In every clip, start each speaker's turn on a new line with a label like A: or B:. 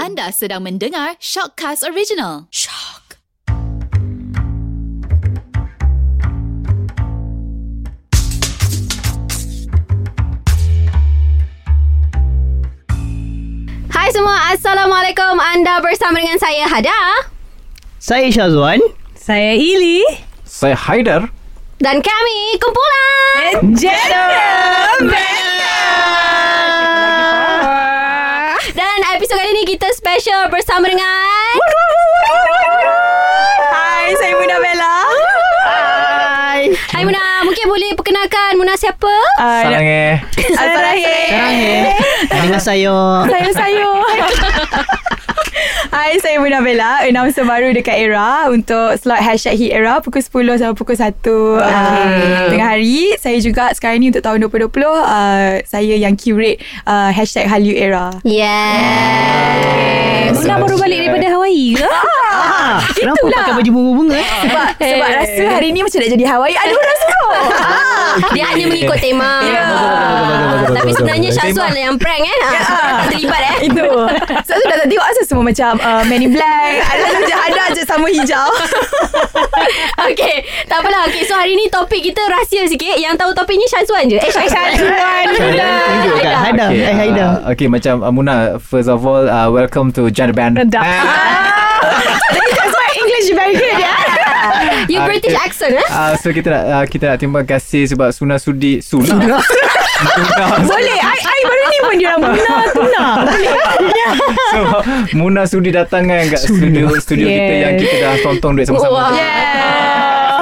A: Anda sedang mendengar Shockcast Original. Shock.
B: Hai semua, Assalamualaikum. Anda bersama dengan saya Hada
C: Saya Syazwan
D: Saya Ili
E: Saya Haidar
B: dan kami kumpulan. Dan episod kali ni kita special bersama dengan
D: Hai, saya Muna Bella
C: Hai
B: Hai Muna, mungkin boleh perkenalkan Muna siapa?
D: uh,
E: Sarangeh
D: Sarahir
C: Dengan saya
D: Saya sayur Hai, saya Muna Bella Announcer baru dekat ERA Untuk slot hashtag hit ERA Pukul 10 sampai pukul 1 uh, Tengah hari Saya juga sekarang ni Untuk tahun 2020 uh, Saya yang curate uh, Hashtag Hallyu ERA
B: Yes.
E: Muna baru balik daripada
B: Hawaii ke?
C: ah, Kenapa pakai baju bunga-bunga eh?
D: sebab, sebab
B: Hey.
D: rasa hari ni Macam nak jadi Hawaii Aduh rasa
B: Dia hanya mengikut tema.
D: Ya. Betul, betul, betul,
E: betul, betul, betul,
B: Tapi
E: betul.
B: sebenarnya
E: Tema.
B: Syazwan yang prank eh. Ha, Tak terlibat eh.
D: Itu Sebab tu dah tak tengok Asal semua macam uh, Man in black Ada macam ada je sama hijau
B: Okay Tak apalah Okay so hari ni Topik kita rahsia sikit Yang tahu topik ni Syazwan je Eh Syazwan
C: Tunjuk kat Haida
E: Okay,
C: Eh
E: uh,
C: Haida
E: Okay macam uh, Muna First of all uh, Welcome to Jana Band
D: That's why English you very good ya
B: You
E: Okay.
B: British accent eh
E: Uh, so kita nak uh, kita nak terima kasih sebab Suna Sudi Suna. Suna.
D: Boleh I, I baru ni pun diorang Muna Tuna
E: so Muna Sudi datang kan kat studio studio yes. kita
D: Yes.
E: yang kita dah tonton duit sama-sama.
D: ya. Yeah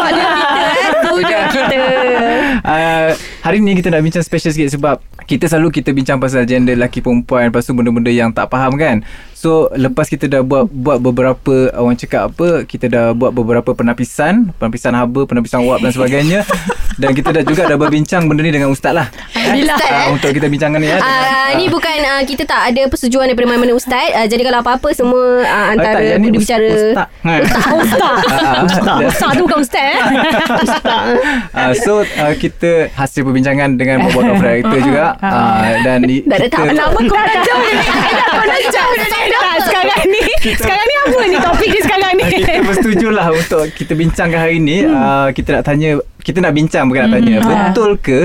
D: Pada kita eh Budak kita
E: Uh, hari ni kita nak bincang special sikit sebab kita selalu kita bincang pasal gender lelaki perempuan lepas tu benda-benda yang tak faham kan. So lepas kita dah buat buat beberapa orang cakap apa kita dah buat beberapa penapisan, penapisan haba, penapisan wap dan sebagainya dan kita dah juga dah berbincang benda ni dengan ustaz lah.
B: Alhamdulillah,
E: Ah,
B: eh.
E: untuk kita bincangkan ni ya.
B: Uh, ni bukan uh, kita tak ada persetujuan daripada mana-mana ustaz. Uh, jadi kalau apa-apa semua uh, antara
E: Oh, Ah, yang ni
B: budi
E: us-
B: bicara.
E: Ustaz.
B: Ustaz.
E: Ah, ah,
B: Ustaz tu bukan ustaz eh.
E: Ah, so uh, kita hasil perbincangan dengan beberapa director juga uh, dan i-
B: Dah letak
E: kita-
B: nama kau dah jauh ni. Kau dah jauh
D: Sekarang ni Sekarang ni apa ni Topik dia sekarang ni
E: Ah, kita bersetujulah untuk kita bincangkan hari ni hmm. uh, kita nak tanya kita nak bincang bukan nak tanya betul ke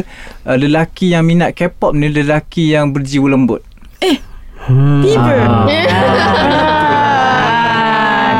E: uh, lelaki yang minat K-pop ni lelaki yang berjiwa lembut
D: Fever
B: Eh,
E: Ah.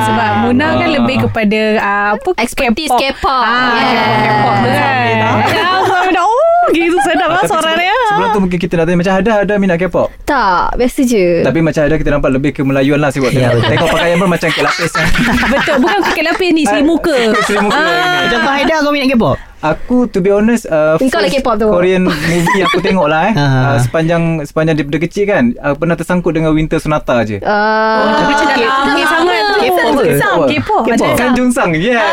F: Sebab
D: Ah.
F: Muna kan lebih kepada uh, apa
B: Expertise
F: K-pop.
B: K-pop.
F: Ah,
B: Yeah.
F: K-pop tu kan. Ya, apa dah oh gitu sedap lah
E: Tapi
F: suara
E: sebelum,
F: dia.
E: sebelum tu mungkin kita nak tanya macam ada ada minat K-pop
B: Tak, biasa je.
E: tapi macam ada kita nampak lebih ke Melayuan lah sebab
C: Ya,
E: tengok,
C: betul.
E: tengok pakaian pun macam ke lapis kan.
F: Betul bukan pakai lapis ni seri muka.
E: Seri muka kan.
C: Macam kau Haida kau minat K-pop?
E: Aku to be honest uh,
B: Engkau lah
E: first
B: K-pop tu.
E: Korean movie yang aku tengok lah eh
C: Ah.
E: uh, Sepanjang Sepanjang daripada kecil kan uh, Pernah tersangkut dengan Winter Sonata je
B: Uh,
C: Tapi macam
F: K-
C: K-pop
D: Eh,
F: K- sangat tu.
C: K-pop ke?
F: Oh, K-pop. K-pop. Macam
E: Kan Jung Sang Yeah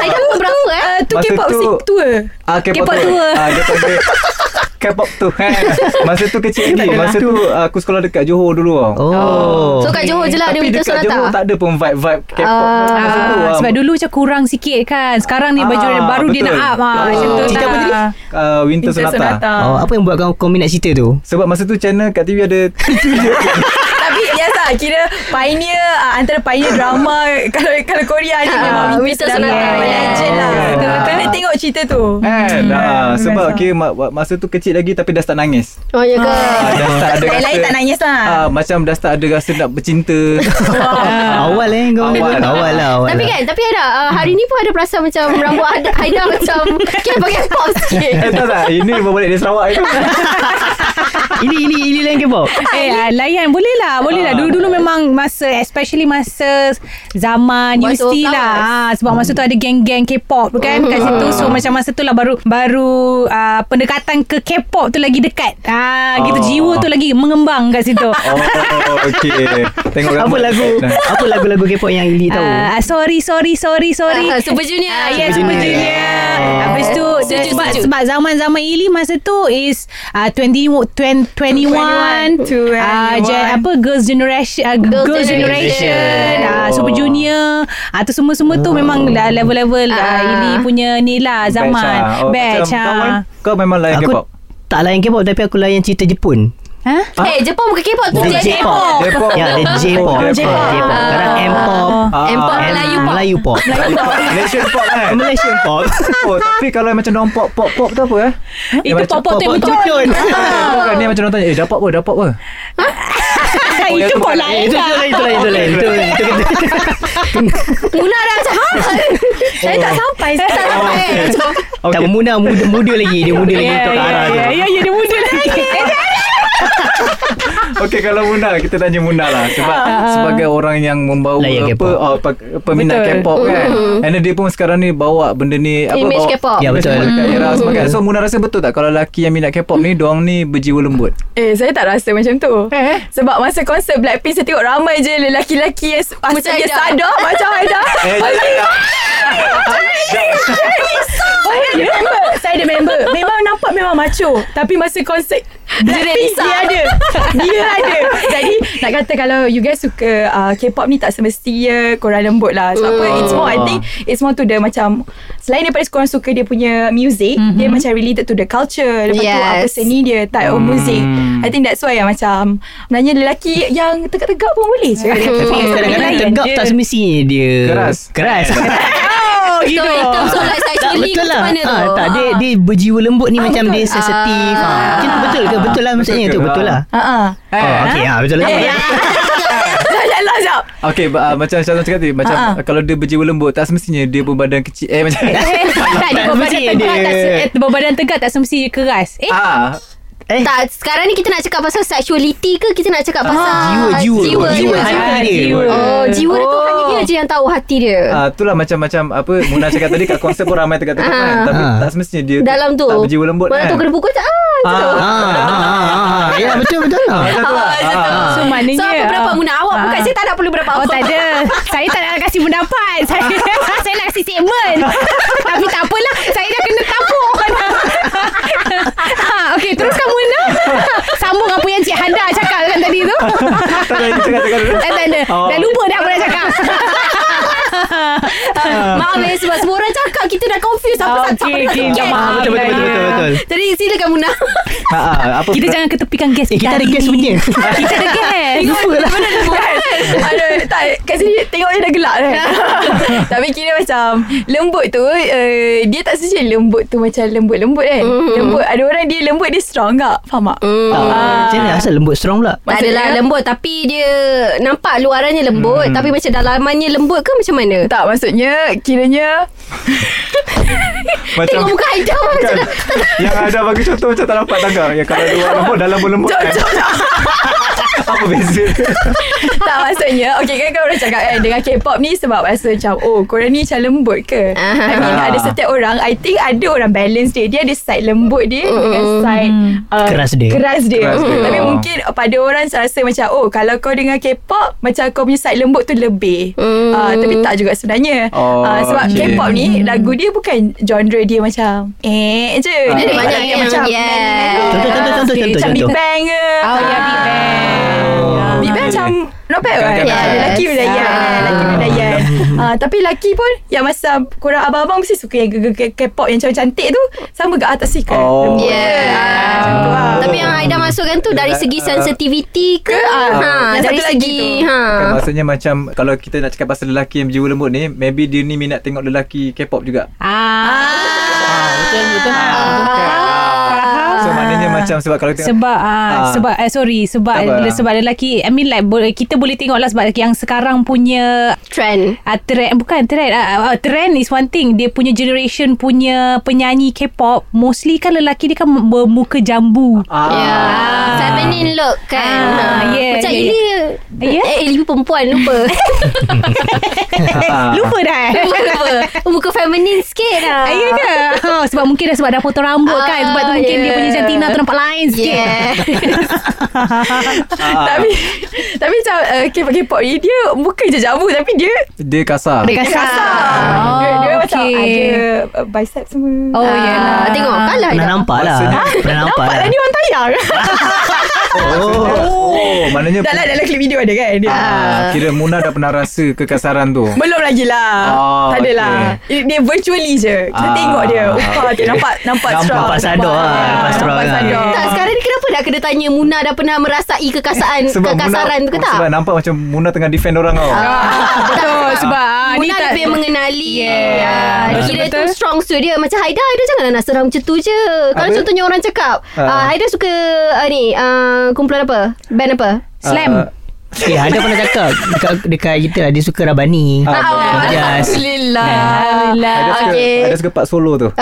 B: Haida pun berapa eh?
D: Tu eh.
E: Masa
D: K-pop
E: tu-
D: si tua
E: Ah, K-pop,
B: K-pop
E: tu.
B: tua.
E: Ah, K-pop tu. K-pop tu kan. Masa tu kecil lagi. Masa tu aku sekolah dekat Johor dulu tau.
C: Oh
B: So kat Johor je lah dia
E: Tapi
B: minta
E: dekat
B: surat
E: Johor tak
B: tak?
E: ada pun vibe-vibe K-pop
B: Ah,
E: masa tu.
F: Ah,
E: ah.
F: sebab dulu macam kurang sikit kan. Sekarang ni baju
E: Ah,
F: baru dia
E: betul.
F: nak up. Ha,
E: Ah.
F: macam tu
E: Cerita
F: lah.
E: apa tadi? Ah, Winter,
D: Winter
E: Sonata.
D: Sonata.
C: Oh, apa yang buat kau, kau minat cerita tu?
E: Sebab masa tu channel kat TV ada
D: Tapi yes lah Kira pioneer uh, Antara pioneer drama Kalau kalau Korea ni
B: Ah,
D: Memang
B: Mr.
D: Mr. Sonata
B: Sonata.
D: memang
B: Yeah.
D: Legend lah
E: Betul,
D: Kau nak tengok cerita tu
E: Kan ah, Sebab
D: biasa.
E: okay, ma- ma- Masa tu kecil lagi Tapi dah start nangis
B: Oh ya ke?
E: ah, Dah start ada rasa
D: Lain-lain tak nangis lah
E: ah, Macam dah start ada rasa Nak bercinta
C: Awal eh kau
E: Awal.
C: awal. awal lah
E: Oh,
C: awal
B: Tapi
E: ya.
C: lah.
B: kan Tapi Haida uh, Hari ni pun ada perasaan macam Rambut Haida, Haida macam Kira pakai pop sikit
E: Eh tahu tak Ini berbalik dari Sarawak itu
C: Ini ini ini lain K-pop
F: Eh, ah, layan boleh lah, boleh lah. Dulu-dulu memang masa especially masa zaman
B: Masa
F: universiti
B: kelas.
F: lah. Ah, sebab masa tu ada geng-geng K-pop kan kat situ. So macam masa tu lah baru baru ah, pendekatan ke K-pop tu lagi dekat. Ah,
E: Oh.
F: gitu jiwa tu lagi mengembang kat situ.
E: Oh okay Tengok
C: Apa
E: gambar.
C: lagu Apa lagu-lagu K-pop yang Ili tahu?
F: Ah, sorry, sorry, sorry, sorry.
B: Ah, Super Junior
F: Ah, yes,
C: Super
F: Super
C: Junior.
F: Junior.
C: Oh.
F: Habis tu
B: Setuju,
F: sebab,
B: setuju.
F: sebab zaman-zaman Ili masa tu is uh, 20 20 21 uh,
D: 21.
F: gen, apa girls generation uh,
B: Girls
F: girls, generation,
B: Generation.
F: Uh, Super Junior. Ah uh, tu semua-semua tu memang lah level-level
B: Ah.
F: uh, Ili punya ni lah
E: Batch ah.
F: zaman.
E: Oh, macam
F: Batch.
E: Kau,
F: ah.
E: kau memang layan
C: Aku
E: K-pop
C: tak layan K-pop tapi aku layan cerita Jepun
F: Ha?
B: Eh, hey, Jepun bukan K-pop tu.
C: Bukan
B: Dia J-pop.
C: J-pop.
E: J-pop.
C: Ya, dia J-pop.
E: J-pop.
C: J-pop. J-pop. Sekarang M-pop.
E: Ah.
B: M-pop,
C: M-
B: Melayu pop.
C: Melayu pop.
E: Malaysian pop kan
C: Malaysian pop.
E: Oh, tapi kalau yang macam dorang pop pop pop tu apa eh?
F: Itu pop-pop tu
C: Pop-pop Ah.
F: yang muncul.
C: betul.
E: Bukan ni macam orang tanya, eh dapat apa, dapat apa?
F: Itu pop
C: Eh,
F: lain
C: Itu itu lain, itu lain, itu lain. Itu lah, itu kita.
B: Muna dah macam, ha? Saya tak sampai. Saya
E: Oh,
B: tak sampai. Macam,
C: Tak Muna muda, muda lagi. Dia muda lagi untuk arah tu.
F: Ya, ya, dia muda lagi
E: Okey kalau Muna kita tanya Muna lah sebab sebagai orang yang membawa
C: Layan
E: apa
C: K-pop.
E: oh, pe- peminat
F: Betul.
E: K-pop kan. And then dia pun sekarang ni bawa benda ni apa
B: Image K-pop.
E: bawa,
C: Ya, betul.
E: Dekat era sebagai. kan, So Muna rasa betul tak kalau lelaki yang minat K-pop ni diorang ni berjiwa lembut.
D: Eh saya tak rasa macam tu eh? Sebab masa konsert Blackpink Saya tengok ramai je Lelaki-lelaki yang Macam dia
B: Haida.
D: sadar Macam Haida
E: Eh,
D: Saya ada member Saya ada member Memang nampak memang macho Tapi masa konsert Blackpink dia ada Dia ada Jadi nak kata kalau You guys suka uh, K-pop ni tak semestinya Korang lembut lah Sebab apa It's more I think It's more to the macam Selain daripada korang suka Dia punya music mm-hmm. Dia macam related to the culture Lepas tu
B: Yes.
D: apa seni dia Type of music I think that's why yang macam Sebenarnya lelaki Yang tegak-tegak pun boleh je
C: Tapi kadang-kadang tegap tak semestinya dia
E: Keras.
C: Keras
F: Oh,
B: So, in terms of like sexually
C: betul
B: macam
C: lah
B: mana tu?
C: ha, Tak dia, dia berjiwa lembut ni Macam dia sensitif ha. Macam tu betul ke? Betul lah maksudnya
E: ke?
C: tu Betul
E: Ha.
C: lah
D: Ha-ha.
C: ha.
E: Eh,
C: Okay ha, betul lah
D: Sekejap, sekejap, sekejap.
E: Okay, ba- uh, macam Syazwan cakap tadi Macam
D: Ah,
E: uh-huh. kalau dia berjiwa lembut Tak semestinya dia berbadan kecil Eh macam
F: Tak, dia berbadan
C: Mestinya
F: tegak
C: dia-
F: tak se- eh, Berbadan tegak tak semestinya keras Eh,
E: ah,
C: Eh
B: Tak, sekarang ni kita nak cakap pasal sexuality ke kita nak cakap pasal
C: Jiwa Jiwa
B: jiwa, jiwa.
C: Jiwa hati dia
F: jiwa.
B: Oh, jiwa oh. tu
D: Oh.
B: hanya dia je yang tahu hati dia.
E: ah, Itulah macam-macam Apa Muna cakap tadi Kat konsep pun ramai tegak-tegak kan
B: Ah.
E: Tapi
C: Ah.
E: tak semestinya dia
B: Dalam tu.
E: Tak berjiwa lembut
B: Mana
E: kan
B: tu kena pukul tak? Ah, macam tu.
E: Ah.
C: Ha, ha, ha, ha, ha. Ya betul betul lah
E: Macam tu lah Ah.
F: So,
B: So,
F: maknanya
B: apa pendapat Muna? Awak bukan saya tak nak perlu pendapat
F: Oh
B: awak.
F: tak ada Saya tak nak kasih pendapat Saya saya nak kasih segmen Tapi tak apalah Saya dah kena tampuk ha, Okay teruskan Muna Sambung apa yang Cik Handa cakap kan tadi tu
E: Tak ada yang cakap-cakap dulu
F: Eh, tak ada
E: Oh.
F: Dah lupa dah apa nak cakap
B: Maaf eh, sebab semua orang cakap kita dah confused. Apa
F: Oh,
B: tak
F: okey, okey.
B: okay,
C: Ya,
F: Dah faham,
C: Betul betul betul betul, betul.
B: Jadi, silakan Muna.
E: Ah, ah, apa
F: Kita jangan ketepikan gas
C: Eh kita ada guest punya Ah,
F: Kita ada gas
C: Lupa lah
D: Kan? Ada tak kat sini tengok dia dah gelak kan. Tapi kira macam lembut tu uh, dia tak saja lembut tu macam lembut-lembut kan. Mm. Lembut ada orang dia lembut dia strong tak? Faham tak? Mm.
C: Tak, Macam mana asal lembut strong pula
B: Tak adalah lembut Tapi dia Nampak luarannya lembut hmm. Tapi macam dalamannya lembut ke macam mana?
D: Tak maksudnya kiranya
E: Macam
B: Tengok muka Aida macam
E: Kan? Yang ada bagi contoh Macam tak dapat tangkap Yang kalau luar lembut Dalam pun lembut kan Apa beza
D: tak maksudnya Okay kan kan orang cakap kan Dengan K-pop ni Sebab rasa macam Oh korang ni macam lembut ke
B: Ah.
D: I mean ada setiap orang I think ada orang balance dia Dia ada side lembut dia Dengan side uh,
C: Keras dia.
D: Keras dia,
E: Keras dia.
D: Tapi
E: Ah.
D: mungkin Pada orang rasa macam Oh kalau kau dengar K-pop Macam kau punya side lembut tu lebih
C: Mm.
D: uh, Tapi tak juga sebenarnya
E: Oh,
D: Ah, Sebab
E: okay.
D: K-pop ni Lagu dia bukan genre dia macam Eh je
E: Dia ada
B: banyak yang- yes.
C: Ah. Contoh contoh contoh contoh
D: Macam Big
C: contoh
D: Bang ke
F: Oh ya Big Bang
E: Oh.
D: Big Bang macam Not bad
E: Bukan,
D: kan
E: bukan,
D: yes.
E: bukan.
D: Lelaki berdaya
B: Yes.
D: Lelaki berdaya Ah, Tapi lelaki pun Yang masa Korang abang-abang Mesti suka yang gegar- gegar K-pop Yang cewek cantik tu Sama ke atas kan. sikit
E: Oh.
D: Lembut.
B: Yeah.
D: Ah, macam tu lah.
B: Ya. Tapi yang Aida masukkan tu Dari segi sensitivity ke
D: Ah,
B: ha,
D: yang
B: Dari
D: satu lagi
B: segi
D: tu.
E: Kan,
B: ha.
E: maksudnya macam Kalau kita nak cakap pasal lelaki Yang berjiwa lembut ni Maybe dia ni minat tengok lelaki K-pop juga
F: Ah,
C: Betul betul
E: So maknanya macam Sebab kalau tengok
F: sebab ah,
E: Ah.
F: sebab eh, sorry sebab
E: Tak apa.
F: sebab lelaki I mean like boleh kita boleh tengok lah sebab yang sekarang punya
B: Trend
F: Uh, trend bukan trend uh, uh, trend is one thing dia punya generation punya penyanyi K-pop mostly kan lelaki dia kan bermuka jambu
E: ah,
B: Yeah Feminine look kan
F: Ya. Ah, ya.
B: Ha.
F: yeah,
B: Macam
F: yeah,
B: Ili
F: Yeah.
B: Eh Ili perempuan lupa
E: ah.
F: lupa dah eh?
B: Lupa, lupa Muka feminine sikit lah
F: Ah, Ya ke? Ha, sebab mungkin dah sebab dah potong rambut
B: Ah,
F: kan Sebab tu mungkin
B: yeah.
F: dia punya jantina tu nampak lain sikit
B: Yeah
E: Ah.
D: Tapi Tapi macam uh, K-pop K-pop ni Dia bukan je jambu Tapi dia
E: Dia kasar
F: Dia kasar
D: ah,
F: oh,
D: Dia, dia
F: okay.
D: macam Ada uh, bicep semua
F: Oh
B: Ah,
F: yelah
B: Tengok kalah
C: Pernah nampak lah
E: Maksudnya-
C: Pernah nampak
D: Nampak
C: lah
D: lah ni orang tayang
C: Oh
E: Oh Oh maknanya
D: Dah lah dalam klip video ada kan dia.
E: ah, Kira Muna dah pernah rasa kekasaran tu
D: Belum lagi lah
E: Ah,
D: Tak adalah okay. Dia virtually je Kita
E: Ah,
D: tengok dia Upah okay.
E: okay.
D: nampak Nampak
C: Nampak
D: strong
C: sadar lah,
D: Ah,
C: nampak strong
D: Nampak
C: lah.
F: Ya.
D: sadar
B: Tak sekarang ni kenapa dah kena tanya Muna dah pernah merasai kekasaan kekasaran tu ke tak? Ah.
E: Sebab nampak macam Muna tengah defend orang tau
F: Ah, Betul sebab ah,
B: Muna
F: ni tak Ya.
B: lebih mengenali
F: Yeah.
B: yeah. Kira
F: Betul-betul.
B: tu strong suit dia Macam Haida Haida janganlah nak seram macam tu je Kalau
E: Apa?
B: contohnya orang cakap
E: Ah.
B: uh, Haida suka uh, ni uh, Kumpulan apa? Band apa?
F: Slam
E: Ah,
C: Ya ada pernah cakap Dekat, dekat kita lah Dia suka Rabani
E: Ah,
C: Ah, Jas.
B: Alhamdulillah
E: Ada suka,
B: Okay
E: ada suka Pak Solo tu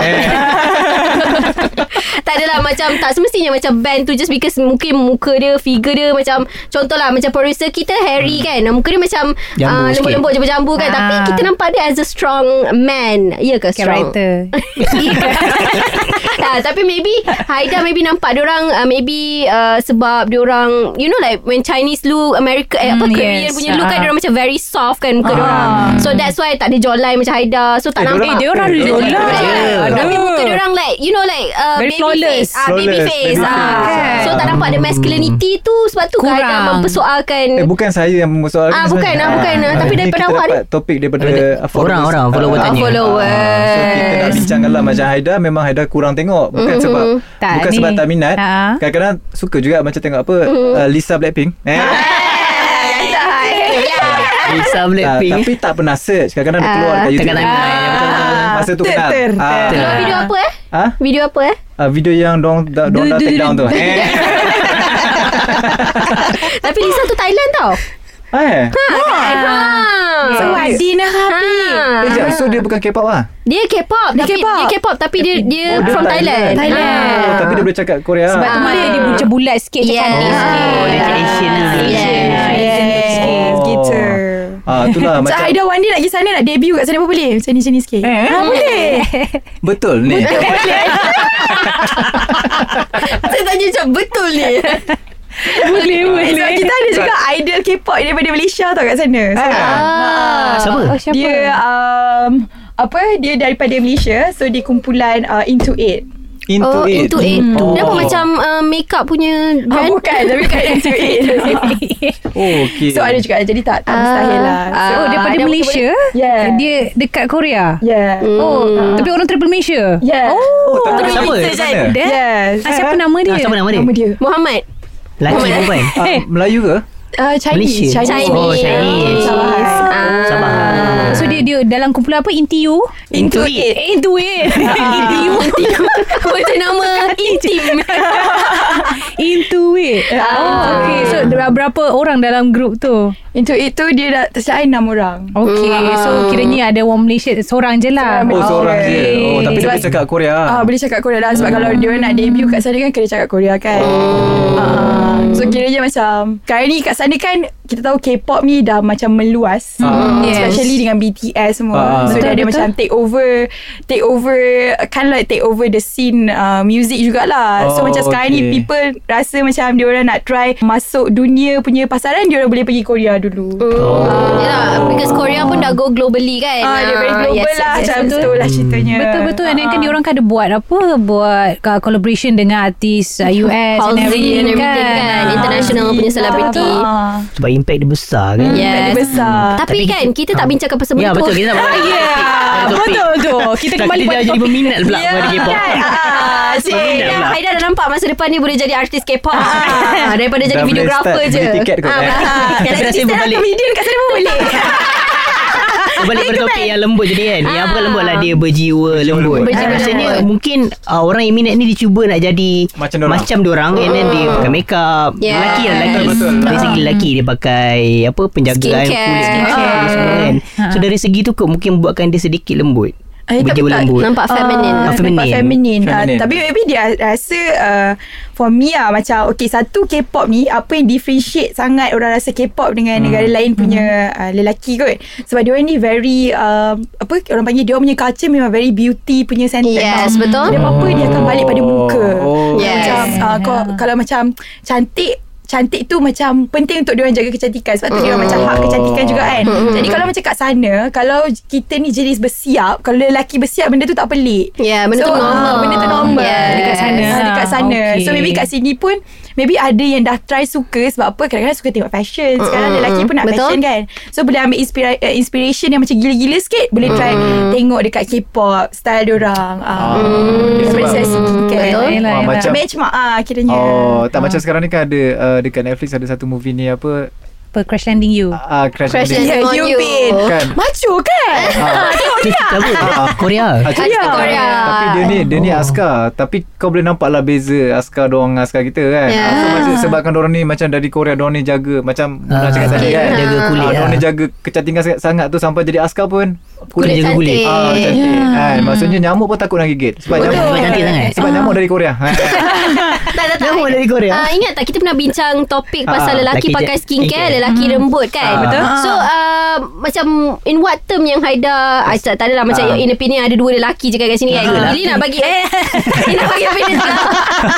B: Tak adalah macam Tak semestinya macam band tu Just because mungkin muka dia Figure dia macam Contohlah macam producer kita Harry hmm. kan Muka dia macam
C: Jambu
B: ah,
C: sikit.
B: Lembut-lembut jambu-jambu kan
F: Ah.
B: Tapi kita nampak dia as a strong man Ya ke strong?
F: Character
B: tak, tapi maybe Haida maybe nampak diorang uh, maybe uh, sebab diorang you know like when Chinese look America eh, apa
F: Hmm,
B: Korean
F: yes.
B: punya look kan
F: Ah.
B: diorang macam very soft kan muka
F: Ah.
B: diorang. So that's why tak ada jawline macam Haida. So tak
E: Eh,
B: nampak.
E: diorang-
F: orang
E: Eh,
F: roller
E: diorang
B: Yeah.
F: Aduh.
B: Tapi muka diorang like You know like uh,
F: Very
B: Baby
F: flawless.
B: face ah, Baby
E: Flawless,
B: face ah.
E: baby face.
F: Kan.
B: So tak nampak ada masculinity tu Sebab tu
F: Kurang.
B: Haida mempersoalkan
E: Eh bukan saya yang mempersoalkan
B: Ah, bukan, ah, bukan, ah. Tapi
E: Ini
B: daripada
E: kita
B: awak ni.
E: dapat Topik daripada
C: Daripada
E: followers.
C: orang-orang, follower
E: Ah,
C: tanya.
B: Followers.
E: So kita nak bincangkan lah Macam Haida Memang Haida kurang tengok Bukan
B: Mhm.
E: sebab
F: Tak,
E: Bukan
F: ni.
E: sebab tak minat
F: Ah.
E: Kadang-kadang suka juga Macam tengok apa uh, Lisa Blackpink Eh
C: Lisa
E: Ah,
C: Blackpink
E: Tapi tak pernah search Kadang-kadang dia keluar Dekat YouTube
C: Tengah-tengah, ya,
E: Ah. Masa tu
D: Ter-
E: kenal
D: ter-
E: Ah.
D: ter.
B: Keluar video apa eh
E: Ah,
B: Video apa eh
E: ah, Video yang Diorang dah diorang dah
F: Du- du-
E: take down tu
F: du-
E: Eh
B: Tapi Lisa tu Thailand tau
E: Eh
B: ah.
F: So Adina Happy
E: Eh, jap, So dia bukan K-pop lah
B: Dia K-pop
F: Dia
B: tapi
F: K-pop.
B: Dia K-pop Tapi dia dia
E: Oh, dia
B: from Thailand
E: Thailand. Oh, Tapi dia boleh cakap Korea
F: Sebab tu
B: Ah.
F: mata dia macam bulat sikit Macam
B: Yes.
F: cantik
B: Oh,
C: dia macam Asian lah.
F: Asian.
D: Yes
E: Oh.
D: Gitu
E: Ah, itulah
D: Macam
E: macam
D: Aida one day nak pergi sana Nak debut kat sana pun boleh Macam ni sini sikit
E: Eh?
D: Ah, Boleh
E: Betul ni Kan?
B: Saya tanya macam betul ni
F: Boleh
D: Sebab kita ada juga Idol K-pop Daripada Malaysia tau kat sana So,
B: ah.
C: Siapa?
F: Oh, Siapa?
D: Dia um, Apa Dia daripada Malaysia So dia kumpulan uh, Into It
B: Oh,
E: Into it
B: into it. Oh. Dia pun macam uh, makeup punya
F: Oh,
D: Ah,
B: brand.
D: bukan Tapi bukan Into It
E: Oh okay
D: So ada juga Jadi tak, tak mustahil lah
B: Ah.
D: so,
F: Oh daripada
B: Ada apa
F: Malaysia
D: Yeah.
F: Dia dekat Korea
D: Yeah
B: Hmm.
F: Oh Tapi orang triple Malaysia
D: Yeah
F: Oh
E: tak
C: Tapi siapa?
E: Mana?
F: Dia
D: Yes
F: Ah, Siapa nama dia?
C: Ah, Siapa nama dia?
D: Nama dia
B: Muhammad.
C: Lelaki perempan
E: Ah, Melayu ke?
D: uh, Chinese
C: Malaysia.
D: Chinese
C: Oh, Chinese.
D: Sabar.
B: Ah.
C: Sabar.
F: So dia dia dalam kumpulan apa? Eh, Intiu?
D: Into It
F: Intiu. Intiu.
B: Ah. Macam nama intim.
F: Intuit.
B: Ah.
F: Oh, okay. So ber- berapa orang dalam grup tu?
D: Into It tu Dia dah tersiap 6 orang
F: Okay. So
B: Ah.
F: kiranya ada orang Malaysia seorang je lah.
E: Oh,
D: Oh,
E: seorang je
D: okay.
E: Oh tapi dia
D: Sebab-
E: boleh cakap Korea
D: Ah, boleh cakap Korea lah
E: Hmm.
D: Sebab kalau dia nak debut kat sana kan Kena cakap Korea kan
E: Oh.
D: ah, So kiranya macam Sekarang ni kat sana kan Kita tahu K-pop ni Dah macam meluas
E: Ah.
F: Yes.
D: Especially dengan BTS
E: Ah.
D: semua So
E: Betul,
D: dia ada
F: betul.
D: macam take over Take over Kind of like take over the scene uh, Music jugalah So
E: Oh,
D: macam sekarang
E: okay.
D: ni People rasa macam Diorang nak try Masuk dunia punya pasaran Diorang boleh pergi Korea dulu
B: Oh. Yalah, because Korea pun dah go globally kan.
D: Ah, dia very global
B: yes,
D: lah
B: yes,
D: Macam
B: yes,
D: tu
B: betul.
D: lah ceritanya
F: Betul betul and then kan
D: Ah.
F: diorang kan ada buat apa buat uh, collaboration dengan artis uh, US and
B: Halsey
F: everything,
B: and everything kan.
F: Ah.
B: International punya celebrity.
D: Ah.
C: Sebab impact dia besar kan
B: Yes.
D: Dia besar.
B: Tapi, uh,
C: Tapi
B: kan kita tak
C: Ah.
B: bincangkan pasal
C: Ya
B: benda
C: betul
B: tu.
C: Kita nak buat
D: Yeah.
C: Betul tu Kita
F: kembali
C: Kita
F: pada
C: dah jadi peminat pula Pada K-pop
B: Ah, si
C: Peminat
B: Haida,
C: pula.
B: Haida ah, dah nampak masa depan ni boleh jadi artis K-pop. Ah, daripada jadi
E: Dah boleh
B: videographer
E: start
B: je.
E: beli tiket kot,
B: Ah,
E: eh.
B: ah.
C: Tapi
B: Jadi
C: saya
B: stand up
C: berbalik.
B: comedian kat sana pun boleh.
C: Balik pada topik yang lembut jadi kan Yang bukan lembut lah Dia berjiwa lembut
B: Berjiwa
C: Maksudnya
B: lembut.
C: mungkin uh, Orang yang minat ni Dia cuba nak jadi
E: Macam dorang.
C: Macam dorang And then dia pakai makeup
B: Yeah.
C: Lelaki lah lelaki
E: Betul, betul.
C: Basically lelaki Dia pakai Apa Penjagaan
B: Skincare.
C: kulit Skincare
B: Ah.
C: semua kan So dari segi tu kot Mungkin buatkan dia sedikit lembut
D: Eh, tapi
C: Berjiwa
D: tak-
C: lembut
B: Nampak feminine.
C: Ah, feminine.
D: Nampak uh, feminine.
E: Feminine.
D: Uh, tapi maybe dia rasa uh, for me lah macam okay satu K-pop ni apa yang differentiate sangat orang rasa K-pop dengan hmm. negara lain punya uh, lelaki kot. Sebab dia orang ni very uh, apa orang panggil dia orang punya culture memang very beauty punya centered.
B: Yes,
D: tau.
B: betul.
D: Dia apa-apa dia akan balik pada muka.
E: Oh.
B: Yes.
D: Macam uh, kalau, kalau macam cantik cantik tu macam penting untuk diorang jaga kecantikan sebab tu mm. diorang macam hak kecantikan juga kan mm. jadi kalau macam kat sana kalau kita ni jenis bersiap kalau lelaki bersiap benda tu tak pelik
B: Ya, yeah, benda tu
D: ah,
B: normal. Ya,
D: Benda tu normal
B: Yes.
F: Dekat sana.
D: Ah, Dekat kat sana.
F: okay.
D: So maybe kat sini pun maybe ada yang dah try suka sebab apa kadang-kadang suka tengok fashion. Sekarang
B: Mm-mm.
D: lelaki pun nak
B: Betul.
D: fashion kan. So boleh ambil inspira- eh, inspiration yang macam gila-gila sikit, boleh try tengok dekat K-pop, style diorang. Ah. Daripada
E: Sebab-
D: saya segi
B: Betul.
D: kan. Yelah,
E: Ah,
D: yelah.
E: macam-
D: Benchmark ah kiranya.
E: Oh, tak
D: Ah.
E: macam sekarang ni kan ada uh, dekat Netflix ada satu movie ni apa
F: Per crash landing you
E: uh, Crash,
B: Crash
E: Landing.
D: Yeah,
B: Landing on
D: you
B: you.
D: been.
E: Kan?
D: Macu kan?
E: Ah.
C: Kenapa? Korea.
E: Ah, tu-
B: Korea.
E: Ah, Tapi dia ni dia
C: Oh.
E: ni askar tapi kau boleh nampak lah beza askar doang dengan askar kita kan.
B: Ya.
E: Yeah. So macam sebabkan orang ni macam dari Korea orang ni jaga macam uh,
C: Ah,
E: Muna cakap tadi
C: okey,
E: kan.
C: jaga kulit
E: Ah,
C: lah.
E: dorang ni jaga kecantikan sangat, sangat tu sampai jadi askar pun
C: Kulit jaga
B: cantik.
C: kulit.
E: ah
B: Ya.
E: cantik kan. Maksudnya nyamuk pun takut nak gigit sebab
C: Betul.
E: nyamuk
C: Sebab cantik eh? Ah. sangat.
E: sebab nyamuk dari Korea. Ha.
B: Tak, tak, tak.
C: Nyamuk dari Korea.
B: Ah, ingat tak kita pernah bincang topik
E: Ah,
B: pasal lelaki
C: lelaki
B: pakai
C: je-
B: skincare,
C: skincare.
B: lelaki rembut kan?
E: Ah,
B: Betul. So uh, macam in what term yang Haida ah, tak, tak adalah macam
E: Ah.
B: in opinion ada dua lelaki je kan kat sini kan.
C: Ah.
B: Lili nak bagi eh Lili nak bagi opinion tak.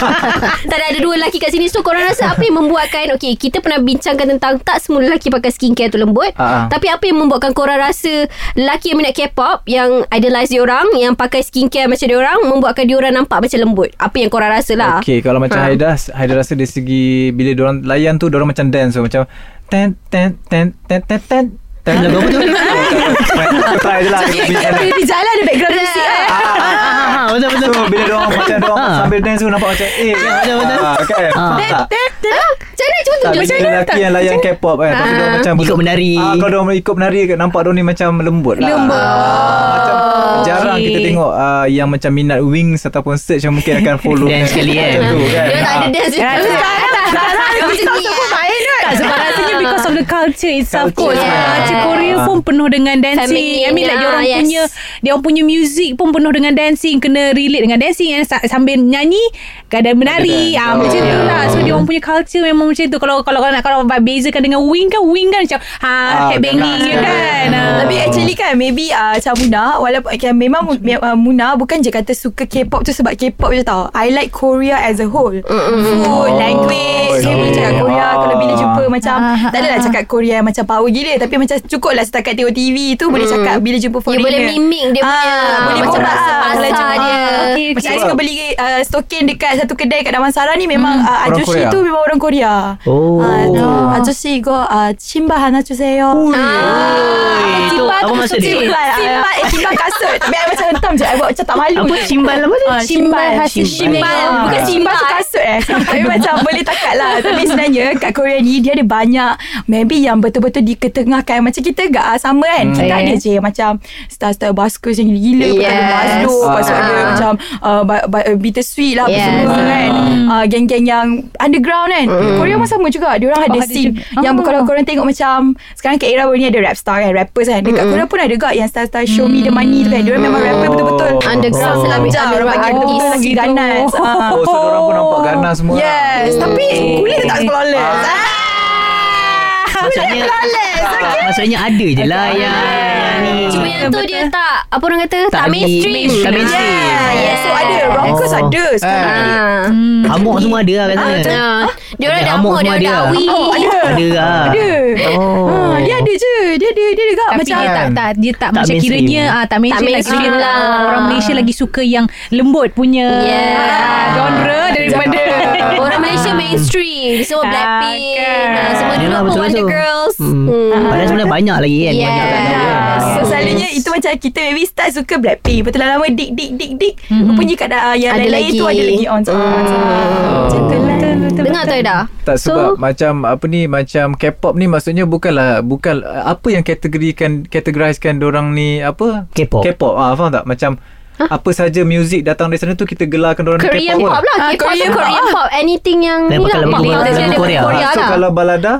B: tak ada ada dua lelaki kat sini so korang rasa apa yang membuatkan okey kita pernah bincangkan tentang tak semua lelaki pakai skincare tu lembut
E: Ah, ah.
B: tapi apa yang membuatkan korang rasa lelaki yang minat K-pop yang idolize diorang yang pakai skincare macam diorang membuatkan diorang nampak macam lembut. Apa yang korang rasa lah.
E: Okay kalau macam
B: Ha.
E: Haida Haida rasa dari segi Bila diorang layan tu Diorang macam dance so, Macam Ten ten ten ten ten ten ten
C: Lagu apa tu?
E: Kau try je lah kita bincang lah.
D: Bila di jalan ada background music kan?
C: Ah, betul betul.
E: So bila diorang macam diorang
C: Ah.
E: Sambil dance tu nampak macam Eh
C: betul, betul.
E: ah, Kan
C: Ah.
E: Tak
B: Ah, Macam mana? Cuba
E: tak
B: tunjuk.
E: bila lelaki yang layan K-pop kan Tapi diorang macam
C: Ikut menari.
E: ah, Kalau diorang ikut menari kan, Nampak diorang ni macam lembut lah
D: Lembut.
E: Ah, Macam
B: Oh,
E: Jarang
F: Okay.
E: kita tengok ah, Yang macam minat wings Ataupun search yang mungkin akan follow
C: Dance sekali, kan?
E: Macam tu, kan?
B: Dia tak ada
E: Ah.
B: dance. Dia tak ada. Macam ni ah.
F: Tak sebab rasanya Because of the culture itself
E: Culture.
F: Culture,
B: Yeah.
F: culture Korea
E: Ah.
F: pun penuh dengan dancing
B: Feminine,
F: I mean like
B: ah,
F: Diorang
B: yes.
F: punya Diorang punya music pun Penuh dengan dancing Kena relate dengan dancing And sa- sambil nyanyi Kadang
E: Ada
F: menari
E: dance.
F: ah, Macam tu
E: Oh.
F: lah So diorang punya culture Memang macam tu Kalau kalau kau nak Kalau bezakan dengan wing kan Wing kan macam ha, Headbanging
B: Ya
D: lah."
E: gerak
F: je kan
E: sekali.
F: Ah.
D: Tapi actually kan Maybe uh, macam Muna Walaupun okay, Memang Mu- me- uh, Muna Bukan je kata suka K-pop tu Sebab K-pop je tau I like Korea as a whole Food
E: Oh,
D: Language Saya boleh
E: okay.
D: cakap Korea
E: Ah.
D: Kalau bila jumpa macam
B: Ah.
D: Tak adalah cakap Korea yang Macam power gila Tapi macam cukup lah Setakat tengok TV tu Boleh cakap Bila jumpa
B: You
D: foreigner
B: Mm.
D: Ah,
B: boleh mimic dia punya
D: Boleh
B: macam
D: borak, boleh
B: bahasa-bahasa
D: cakap.
B: dia.
D: Ah,
F: okay,
D: Macam
F: okay.
D: I suka beli uh, Stokin dekat Satu kedai kat Damansara ni Memang uh,
E: Orang
D: Ajoshi
E: Korea.
D: tu Memang orang Korea Uh,
C: Oh.
D: 아, 아저씨 이거 아, 신발 하나 주세요.
C: Oi, tu apa maksud dia?
D: 신발, 신발, Ah. eh, 신발 kasut. Tapi I macam hentam je. I buat macam tak malu.
C: Apa simbal apa tu?
D: Ah, Simbal hasil
C: Simbal.
D: Simbal Bukan
B: Ah.
D: simbal tu kasut eh Tapi macam boleh takat lah Tapi sebenarnya Kat Korea ni Dia ada banyak Maybe yang betul-betul Diketengahkan Macam kita agak ah, sama kan Kita
F: Yeah.
D: ada je Macam Star-star baskers Yang gila-gila Lepas tu ada
B: Yes.
D: Maslo Lepas tu
E: Ah.
D: ada macam uh, ba- ba- uh, Bittersweet lah apa
B: Yes.
D: Semua kan Ah, Geng-geng yang Underground kan Korea pun sama juga Diorang ada
F: Oh, ada
D: scene
F: juga.
D: Yang
F: Ah.
D: kalau korang tengok macam Sekarang kat era ni Ada rap star kan Rappers kan Dekat Korea pun ada juga Yang star-star Show me the money tu kan Diorang memang rapper betul-betul
B: Underground
E: Oh.
B: selabijak
D: Jam Orang panggil betul
B: artis.
D: lagi
F: gitu.
D: ganas Ah.
E: Oh so diorang pun nampak ganas semua Oh. lah.
D: Yes Tapi kulit tak flawless Ah.
C: Maksudnya Maksudnya ada je lah yang yang ni. Hmm.
B: Cuma yang tu dia tak apa orang kata tak,
C: ambil-
B: mainstream. Ya,
C: Tak mainstream.
D: Ah,
B: Yeah.
D: Yes So ada
C: Oh.
D: Rockers
E: Eh.
D: ada sekarang
B: Ah.
C: Hamuk semua ada lah kat sana.
B: Ah, Dia orang
C: Ada
B: dah amok, dia
C: amok semua
B: orang dah
C: ada.
B: awi.
D: Oh ada
C: Ada lah.
D: Ada
C: Oh.
D: Ah, Dia ada je Dia ada Dia ada juga
F: Tapi
D: macam
F: dia tak, tak Dia tak,
C: Tak
F: macam
C: mainstream.
F: kiranya ah, Tak mainstream, tak
B: mainstream
F: mainstream lah.
B: lah.
F: Orang Malaysia lagi suka yang Lembut punya
B: Yeah.
F: ah, Genre daripada
B: Orang Malaysia mainstream Semua
F: Ah,
B: Blackpink
F: kan.
B: ah, Semua dulu
C: Yelah,
B: apa
C: betul
B: Wonder
C: tu.
B: Girls
C: Hmm.
B: Hmm.
C: Padahal sebenarnya banyak lagi kan. Banyak tak tahu kan.
D: Ah, So selalunya Itu macam kita Maybe start suka Blackpink Lepas tu lama-lama lah, Dik dik dik dik Rupanya kat ah, Yang
B: Ada
D: lain-lain
B: lagi.
D: tu Ada lagi
E: Oh.
D: on so- on so- Macam tu lah
B: Dengar tak Ida?
E: Tak sebab so, macam apa ni macam K-pop ni maksudnya bukanlah bukan apa yang kategorikan kategorizekan orang ni apa?
C: K-pop.
E: K-pop. Ah faham tak? Macam apa saja muzik datang dari sana tu kita gelarkan orang
B: Korean
E: K-pop.
B: pop lah
D: Ah,
B: K-pop
D: Korean
B: Korean, Korean pop Anything yang
C: Dan
B: ni lah
C: pakai lagu
B: pop
C: Korea,
B: culture
C: lagu
B: daripada
C: Korea.
E: Ah,
B: Korea
E: so
B: lah
E: kalau balada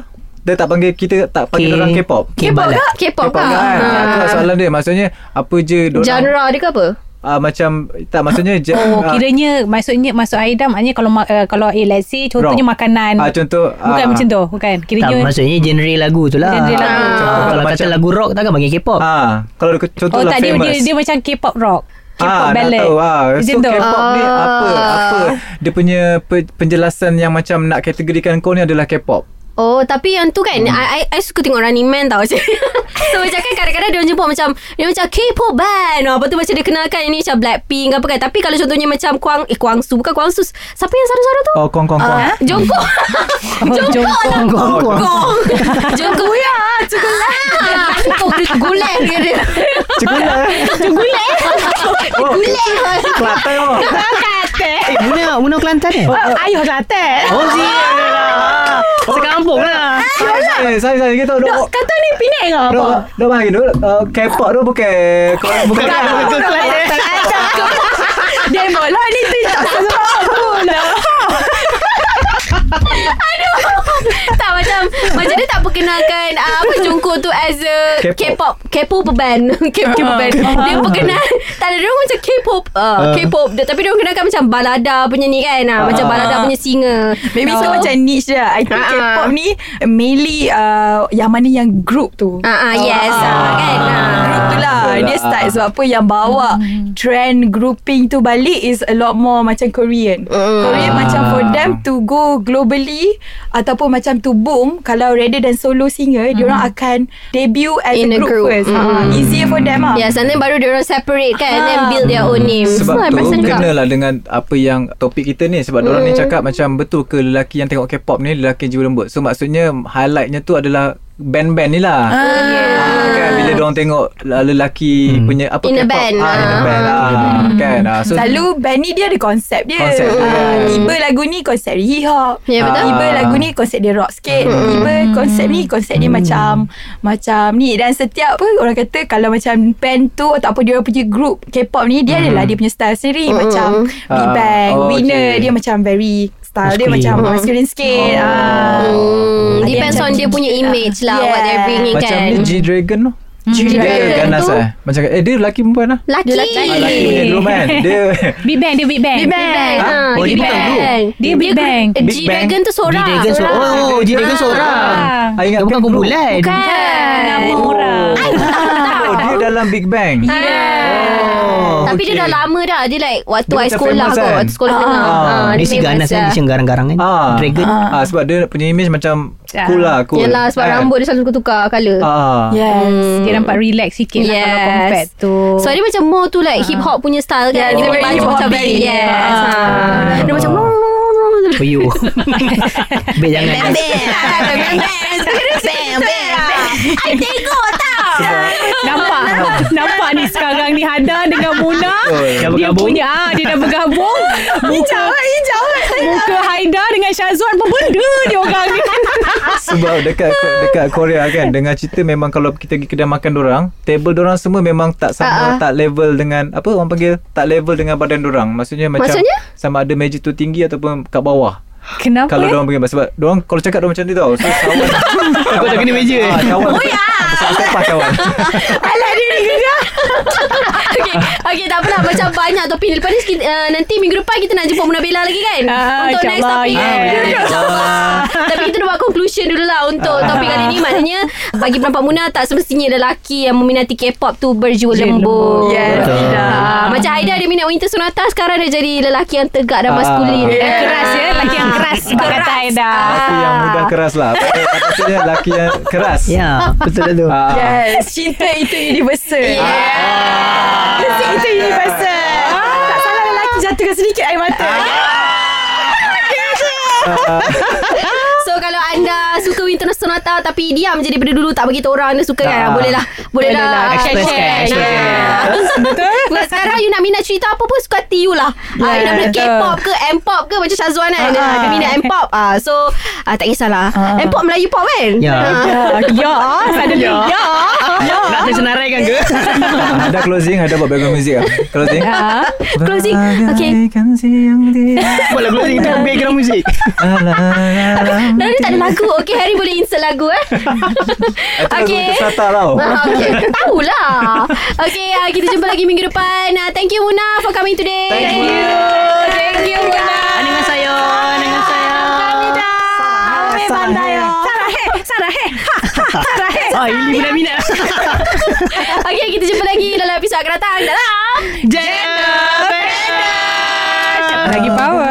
E: dia tak panggil kita tak panggil orang K-pop.
C: K-pop lah.
B: K-pop
E: K-pop kan. Ah, tu lah soalan dia. Maksudnya apa je dorang
B: Genre dia ke apa?
E: ah, macam tak maksudnya je, ah,
F: Oh kiranya Maksudnya Masuk Aida Maknanya kalau ma- uh, Kalau eh, let's say Contohnya
E: Wrong.
F: makanan
E: Ah, contoh,
F: Bukan
E: ah.
F: macam tu Bukan
C: Tak,
F: Kiranya
C: maksudnya genre lagu tu lah.
F: Genre lagu.
C: Ah, Kalau kata
E: Macam-
C: lagu rock takkan panggil K-pop.
E: Ah, kalau dia- contoh
F: Oh
E: lah
F: tak dia,
E: famous.
F: dia, dia macam K-pop rock K-pop
E: ah,
F: ballad
E: Nak tahu, ah.
F: Macam
E: So
F: tu
E: K-pop ni apa apa dia punya pe- penjelasan yang macam nak kategorikan kau ni adalah K-pop.
B: Oh tapi yang tu kan I, I, I suka tengok Running Man tau So macam kan kadang-kadang Dia jumpa macam Dia macam K-pop band oh, Lepas tu macam dia kenalkan Ini macam Blackpink ke apa kan Tapi kalau contohnya macam Kuang Eh Kuang Su Bukan Kuang Su Siapa yang sarung-sarung tu
E: Oh, kong kong kong.
B: Ah, Jongkok
F: Ah,
B: Jongkok lah
C: Jongkok.
B: Jongkok Jongkok ya Cukulah Jongkok dia gulai dia dia Gulai Gulai
E: Kelatan oh.
C: Eh, Muna, Muna Kelantan eh?
F: Ayuh Kelantan
C: Oh, si. Sekampung lah.
E: Sorry, sorry, sorry. Kita duk
F: Kata ni Penang ke apa?
E: duk duk panggil duk uh, K-pop tu bukan bukan bukan
C: Betul Kelantan.
F: Demo lah ni TikTok sebab pula
B: Tak macam Macam dia tak perkenalkan uh, Apa Jungkook tu As a
E: K-pop.
B: K-pop K-pop band K-pop band Dia perkenal Tak ada dia orang macam K-pop
E: Ah.
B: uh, K-pop dia, Tapi dia orang kenalkan Macam balada punya ni kan uh, Macam
E: Ah.
B: balada punya singer
D: Maybe so macam niche dia I think
B: Ah, ah.
D: K-pop ni Mainly uh, Yang mana yang group tu
B: Ah uh, uh, yes uh, kan
D: Group tu lah
E: Betul lah.
D: Dia start sebab apa Yang bawa
B: Hmm.
D: Trend grouping tu balik Is a lot more Macam Korean
B: Hmm.
D: Korean macam for them To go globally Ataupun macam to boom Kalau rather than solo
B: Hmm.
D: singer Diorang akan Debut as
B: In a
D: a group,
B: group.
D: first Ah, Easier for them lah
B: Ya, yeah, sometimes baru dia orang separate kan and then build their own name.
E: Hmm. sebab
B: So, I
E: tu
B: perasan juga.
E: kena lah dengan apa yang topik kita ni sebab orang ni
F: Hmm.
E: cakap macam betul ke lelaki yang tengok K-pop ni lelaki yang jiwa lembut so maksudnya highlightnya tu adalah band-band ni lah ah, kan bila orang tengok lah lelaki punya apa
B: In a
E: K-pop.
B: band,
E: ah, in a
B: ah. eh,
E: band lah kan ah, so
D: Selalu band ni dia ada konsep dia
E: Konsep dia. Hmm.
D: Ah, Tiba lagu ni konsep dia hip hop
B: Ya, betul.
D: Tiba
E: Ah. Hmm.
D: lagu ni konsep dia rock sikit Tiba konsep ni konsep dia macam Macam ni Dan setiap apa orang kata Kalau macam band tu Atau apa dia punya group K-pop ni Dia adalah dia punya style sendiri Macam Big
E: Hmm. Ah.
D: Bang
E: Oh,
D: Winner
E: okay. Hmm.
D: Dia macam very Style dia
C: Masculine.
D: macam masculine sikit
E: Oh.
D: Ah.
B: Hmm,
D: Ada yang
B: depends
D: macam
B: on dia punya
D: jijik
B: image lah what
D: Yeah.
B: they're bringing
E: macam
B: kan. Hmm.
E: ni G-Dragon tu
B: G-Dragon
E: Ganas
B: tu-
E: eh macam eh dia lelaki perempuan lah
B: Laki.
F: Dia laki.
E: ah, lelaki punya dulu kan dia
F: Big Bang Dia Big Bang
B: Big Bang.
E: Ah,
B: Ah,
C: oh, dia
B: Big
C: bukan
B: Bang.
F: group. Dia Big Bang.
B: eh,
E: Big Bang.
B: G-Dragon tu seorang.
C: G-Dragon seorang. Oh, G-Dragon seorang.
E: Ah, ingat
C: Dia bukan
E: kan group.
C: kumpulan.
B: Bukan.
F: Nama
E: Oh.
F: orang
E: oh dia dalam Big Bang
C: Oh.
B: Yeah. Tapi dia
E: okay.
B: dah lama dah. Dia like waktu
E: Dia
B: I
E: macam
B: sekolah
E: famous
B: kot.
E: kan?
B: Waktu sekolah menengah. Ah,
C: Dia si
B: famous
C: ganas kan
B: lah.
C: Dia si garang-garang kan
E: Ah.
C: Dragon
E: Ah, sebab dia punya image macam
F: Ah.
E: cool lah, cool.
B: Yalah sebab
E: Kan?
B: rambut dia selalu tukar-tukar colour. Hmm.
E: Ah. Yeah.
D: Yes
F: Dia nampak relax sikit lah Kalau
B: Yes.
F: compared tu
B: So dia macam more tu like hip hop punya style kan.
D: Yeah,
B: Dia punya
D: dia very
B: baju macam
D: hip-hop-y.
B: very yes.
D: Ah.
B: Ah. Dia macam
E: Ah.
C: Puyuh Oh, Baik jangan
B: I tengok tau
F: Nampak Nampak ni sekarang ni Hada dengan Muna
E: Oh.
C: Dah
F: Dia
C: bergabung.
F: punya ah, Dia dah bergabung Muka hijau Muka Haida dengan Syazwan Apa benda ni orang ni
E: Sebab dekat dekat Korea kan dengan cerita memang kalau kita pergi kedai makan orang, table orang semua memang tak sama, tak level dengan apa orang panggil, tak level dengan badan orang. Maksudnya macam
B: Maksudnya?
E: sama ada meja tu tinggi ataupun kat bawah.
F: Kenapa
E: Kalau orang pergi sebab orang kalau cakap orang macam ni tau. So kawan.
C: Kau dah kena meja.
E: Ah, kawan. Oh ya. Pasal kawan.
B: Okay Okay tak apalah Macam banyak topik Lepas ni kita, uh, Nanti minggu depan Kita nak jumpa Muna Bella lagi kan
F: Ah, ya,
B: Untuk next
F: insyaAllah,
B: topic
F: yes.
B: Duduk, duduk, InsyaAllah Tapi kita dah buat conclusion dulu lah Untuk
F: Ah.
B: topik kali ni Maknanya Bagi pendapat Muna Tak semestinya lelaki Yang meminati K-pop tu Berjiwa lembut
D: Yes
C: Betul.
D: tidak.
B: Ah, macam Aida dia minat Winter Sonata Sekarang dia jadi lelaki yang tegak dan
E: Ah.
B: maskulin Ah.
F: Yang keras ya Laki yang keras Sebab kata Haida
E: Laki yang mudah keras lah. Maksudnya laki yang keras.
C: Ya Betul dah tu
E: Ah.
D: Yes Cinta itu universal
B: Yeah.
D: Cinta
E: Ah.
D: itu universal Tak salah lelaki jatuhkan sedikit air mata
B: So kalau anda suka Winter Sonata tapi diam je daripada dulu tak bagi tahu orang anda suka kan.
E: Ah.
B: Bolehlah. Bolehlah.
F: Bolehlah,
B: ah,
C: express
B: share,
C: kan,
B: share.
C: express
B: Ah. Sebab sekarang you nak minat cerita apa pun suka hati you lah. Ah, you nak minat
D: betul.
B: K-pop ke M-pop ke macam Syazwan kan. Ah, dia minat M-pop. Ah, so ah, tak kisahlah. M-pop Melayu pop kan.
C: Ya.
B: Ah.
F: Ya Suddenly Ya
C: Nak saya senaraikan ke
E: ada closing ada buat background music ah. Closing.
B: Ya. Ah. Closing. Okay.
E: Bagaikan siang di
C: Buat lagu ni Kita background muzik
E: alam.
B: Dah ni tak ada lagu. Okay, Harry boleh insert lagu eh.
E: Aku
B: okay.
E: tersata tau.
B: Ah, okay. Tahulah. Okay, ah, kita jumpa lagi minggu depan. Ah, thank you Muna for coming today. Thank, you. Thank you Muna.
C: Dengan saya Dengan saya
F: Sarah heh Sarah heh Ha ha Sarah heh
C: Ah, ini minat-minat
B: okay, kita jumpa lagi dalam episod akan datang. Dadah.
F: Gender Lagi power